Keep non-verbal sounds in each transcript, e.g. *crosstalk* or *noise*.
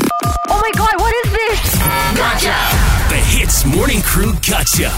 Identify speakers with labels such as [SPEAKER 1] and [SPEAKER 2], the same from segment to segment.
[SPEAKER 1] Oh my god, what is this?
[SPEAKER 2] The Hits Morning Crew Gotcha.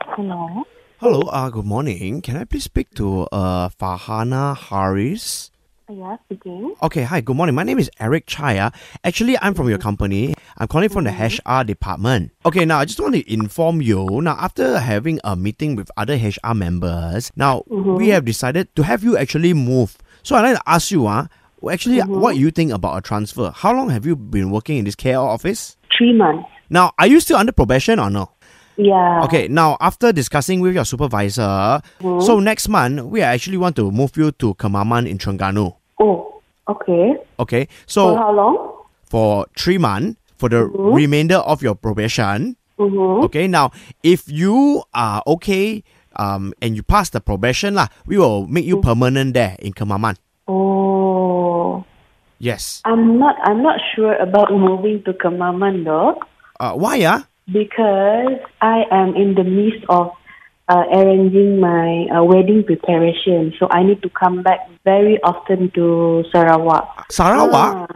[SPEAKER 3] Hello.
[SPEAKER 4] Hello, uh, good morning. Can I please speak to uh, Fahana Harris?
[SPEAKER 3] Yes, again.
[SPEAKER 4] Okay, hi, good morning. My name is Eric Chaya. Actually, I'm from your company. I'm calling from the HR department. Okay, now I just want to inform you. Now, after having a meeting with other HR members, now we have decided to have you actually move. So I'd like to ask you, uh, actually, what you think about a transfer? How long have you been working in this KL office?
[SPEAKER 3] Three months.
[SPEAKER 4] Now, are you still under probation or no?
[SPEAKER 3] Yeah.
[SPEAKER 4] Okay, now after discussing with your supervisor,
[SPEAKER 3] Mm-hmm.
[SPEAKER 4] so next month we actually want to move you to Kemaman in Terengganu.
[SPEAKER 3] Oh, okay.
[SPEAKER 4] Okay,
[SPEAKER 3] For
[SPEAKER 4] so
[SPEAKER 3] how long?
[SPEAKER 4] for three months for the remainder of your probation.
[SPEAKER 3] Mm-hmm.
[SPEAKER 4] Okay, now if you are okay, um, and you pass the probation lah, we will make
[SPEAKER 3] Mm-hmm.
[SPEAKER 4] you permanent there in Kemaman.
[SPEAKER 3] Oh,
[SPEAKER 4] Yes.
[SPEAKER 3] I'm not. I'm not sure about *laughs* moving to Kemaman though,
[SPEAKER 4] Uh, why ah?
[SPEAKER 3] because I am in the midst of uh, arranging my uh, wedding preparation. So I need to come back very often to Sarawak.
[SPEAKER 4] Sarawak.
[SPEAKER 3] Ah.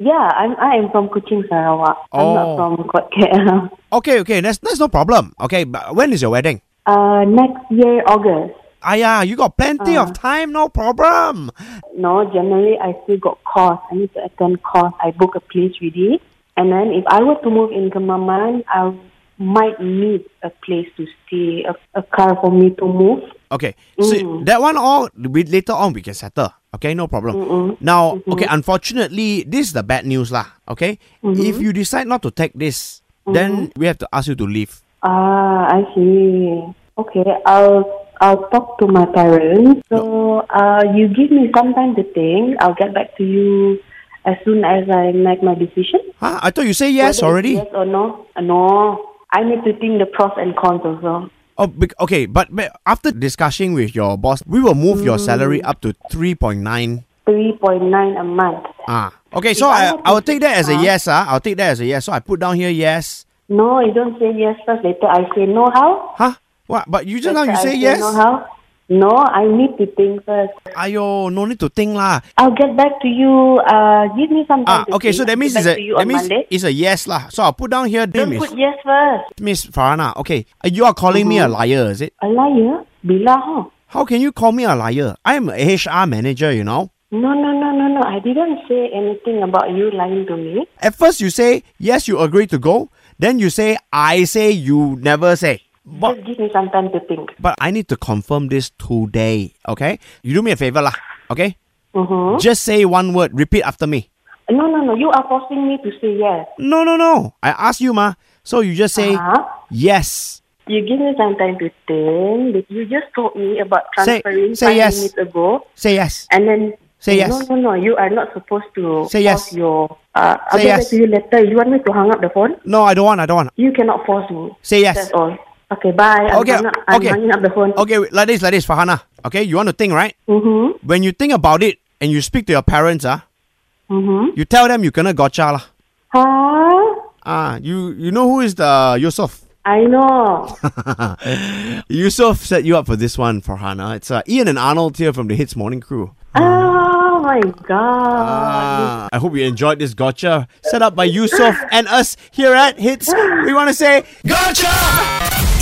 [SPEAKER 3] yeah, I'm. I am from Kuching, Sarawak. I'm not
[SPEAKER 4] Oh.
[SPEAKER 3] from Kuala KL.
[SPEAKER 4] Okay, okay, that's that's no problem. Okay, but when is your wedding?
[SPEAKER 3] *laughs* Uh, next year August.
[SPEAKER 4] Aya, you got plenty
[SPEAKER 3] Ah.
[SPEAKER 4] of time, no problem.
[SPEAKER 3] No, generally I still got course. I need to attend course. I book a place ready. And then if I were to move in Kemaman, I might need a place to stay, a, a car for me to move.
[SPEAKER 4] Okay, so that one all we later on we can settle. Okay, no problem. Now, okay, unfortunately, this is the bad news lah. Okay, if you decide not to take this, then we have to ask you to leave.
[SPEAKER 3] Ah, I see. Okay, I'll I'll talk to my parents. So uh, you give me some time to think. I'll get back to you as soon as I make my decision.
[SPEAKER 4] Huh? I thought you say
[SPEAKER 3] Whether it's
[SPEAKER 4] yes already.
[SPEAKER 3] Yes or no? Uh, No. I need to think the pros and cons also.
[SPEAKER 4] Oh, bec- okay, but, but after discussing with your boss, we will move your salary up to three point nine.
[SPEAKER 3] 3.9 a month.
[SPEAKER 4] Ah, okay. So
[SPEAKER 3] I
[SPEAKER 4] I
[SPEAKER 3] have
[SPEAKER 4] I will
[SPEAKER 3] to-
[SPEAKER 4] take that as a
[SPEAKER 3] Huh?
[SPEAKER 4] yes. Ah, I'll take that as a yes. So I put down here yes.
[SPEAKER 3] No, you don't say yes first. Later, I say no. How?
[SPEAKER 4] Huh? What? But you just now
[SPEAKER 3] Later
[SPEAKER 4] you
[SPEAKER 3] I
[SPEAKER 4] say yes.
[SPEAKER 3] No, how? No, I need to think first.
[SPEAKER 4] Ayo, no need to think lah.
[SPEAKER 3] I'll get back to you. Uh, give me some time.
[SPEAKER 4] Ah,
[SPEAKER 3] to
[SPEAKER 4] okay. So
[SPEAKER 3] think.
[SPEAKER 4] that means
[SPEAKER 3] I'll
[SPEAKER 4] it's
[SPEAKER 3] get back
[SPEAKER 4] a
[SPEAKER 3] to you
[SPEAKER 4] that
[SPEAKER 3] on
[SPEAKER 4] means
[SPEAKER 3] Monday.
[SPEAKER 4] it's a yes lah. So I'll put down here.
[SPEAKER 3] Don't
[SPEAKER 4] name is
[SPEAKER 3] put yes first.
[SPEAKER 4] Miss Farana. Okay, Uh, you are calling me
[SPEAKER 3] Mm-hmm.
[SPEAKER 4] a liar, is it?
[SPEAKER 3] A liar? Bila, huh?
[SPEAKER 4] How can you call me a liar? I'm a HR manager, you know.
[SPEAKER 3] No, no, no, no, no. I didn't say anything about you lying to me.
[SPEAKER 4] At first you say yes, you agree to go. Then you say I say you never say. But
[SPEAKER 3] Just give me some time to think.
[SPEAKER 4] but I need to confirm this today. Okay, you do me a favor lah. Okay,
[SPEAKER 3] Mm-hmm.
[SPEAKER 4] just say one word. Repeat after me.
[SPEAKER 3] No, no, no. You are forcing me to say yes.
[SPEAKER 4] No no no. I asked you ma. So you just say
[SPEAKER 3] Uh-huh.
[SPEAKER 4] yes.
[SPEAKER 3] You give me some time to think. You just told me about
[SPEAKER 4] Say-
[SPEAKER 3] transferring
[SPEAKER 4] say
[SPEAKER 3] five
[SPEAKER 4] yes.
[SPEAKER 3] minutes ago.
[SPEAKER 4] Say yes.
[SPEAKER 3] And then No,
[SPEAKER 4] Say yes.
[SPEAKER 3] no, no. You are not supposed to
[SPEAKER 4] Say yes.
[SPEAKER 3] force your. Uh, I'll
[SPEAKER 4] Say
[SPEAKER 3] get
[SPEAKER 4] yes.
[SPEAKER 3] back to you later. You want me to hang up the phone?
[SPEAKER 4] No, I don't want. I don't want.
[SPEAKER 3] You cannot force me.
[SPEAKER 4] Say yes.
[SPEAKER 3] That's all. Okay, bye. I'm,
[SPEAKER 4] Okay,
[SPEAKER 3] hang up, I'm
[SPEAKER 4] okay.
[SPEAKER 3] hanging up the phone.
[SPEAKER 4] Okay, wait, like this, like this, Fahana. Okay, you want to think, right?
[SPEAKER 3] Mm-hmm.
[SPEAKER 4] When you think about it and you speak to your parents, ah,
[SPEAKER 3] Mm-hmm.
[SPEAKER 4] you tell them you gonna gotcha lah.
[SPEAKER 3] Huh?
[SPEAKER 4] Ah, you you know who is the Yusuf?
[SPEAKER 3] I
[SPEAKER 4] *laughs*
[SPEAKER 3] know.
[SPEAKER 4] Yusuf set you up for this one, Farhana. It's uh, Ian and Arnold here from the Hits Morning Crew.
[SPEAKER 3] oh my god.
[SPEAKER 4] Ah, I hope you enjoyed this gotcha set up by Yusuf and us here at Hits. We want to say